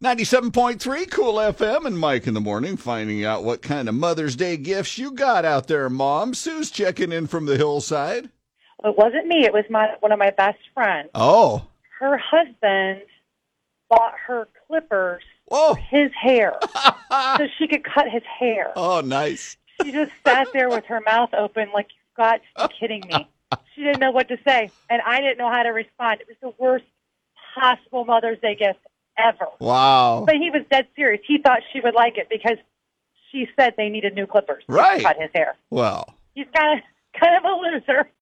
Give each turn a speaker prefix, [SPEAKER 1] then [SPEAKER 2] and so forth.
[SPEAKER 1] 97.3 Cool FM and Mike in the morning, finding out what kind of Mother's Day gifts you got out there, Mom. Sue's checking in from the hillside.
[SPEAKER 2] Well, it wasn't me. It was my one of my best friends.
[SPEAKER 1] Oh.
[SPEAKER 2] Her husband bought her clippers
[SPEAKER 1] Whoa.
[SPEAKER 2] for his hair so she could cut his hair.
[SPEAKER 1] Oh, nice.
[SPEAKER 2] She just sat there with her mouth open, like you've got to be kidding me. She didn't know what to say, and I didn't know how to respond. It was the worst possible Mother's Day gift ever.
[SPEAKER 1] Wow.
[SPEAKER 2] But he was dead serious. He thought she would like it because she said they needed new clippers
[SPEAKER 1] Right.
[SPEAKER 2] to cut his hair.
[SPEAKER 1] Well,
[SPEAKER 2] He's kind of kind of a loser.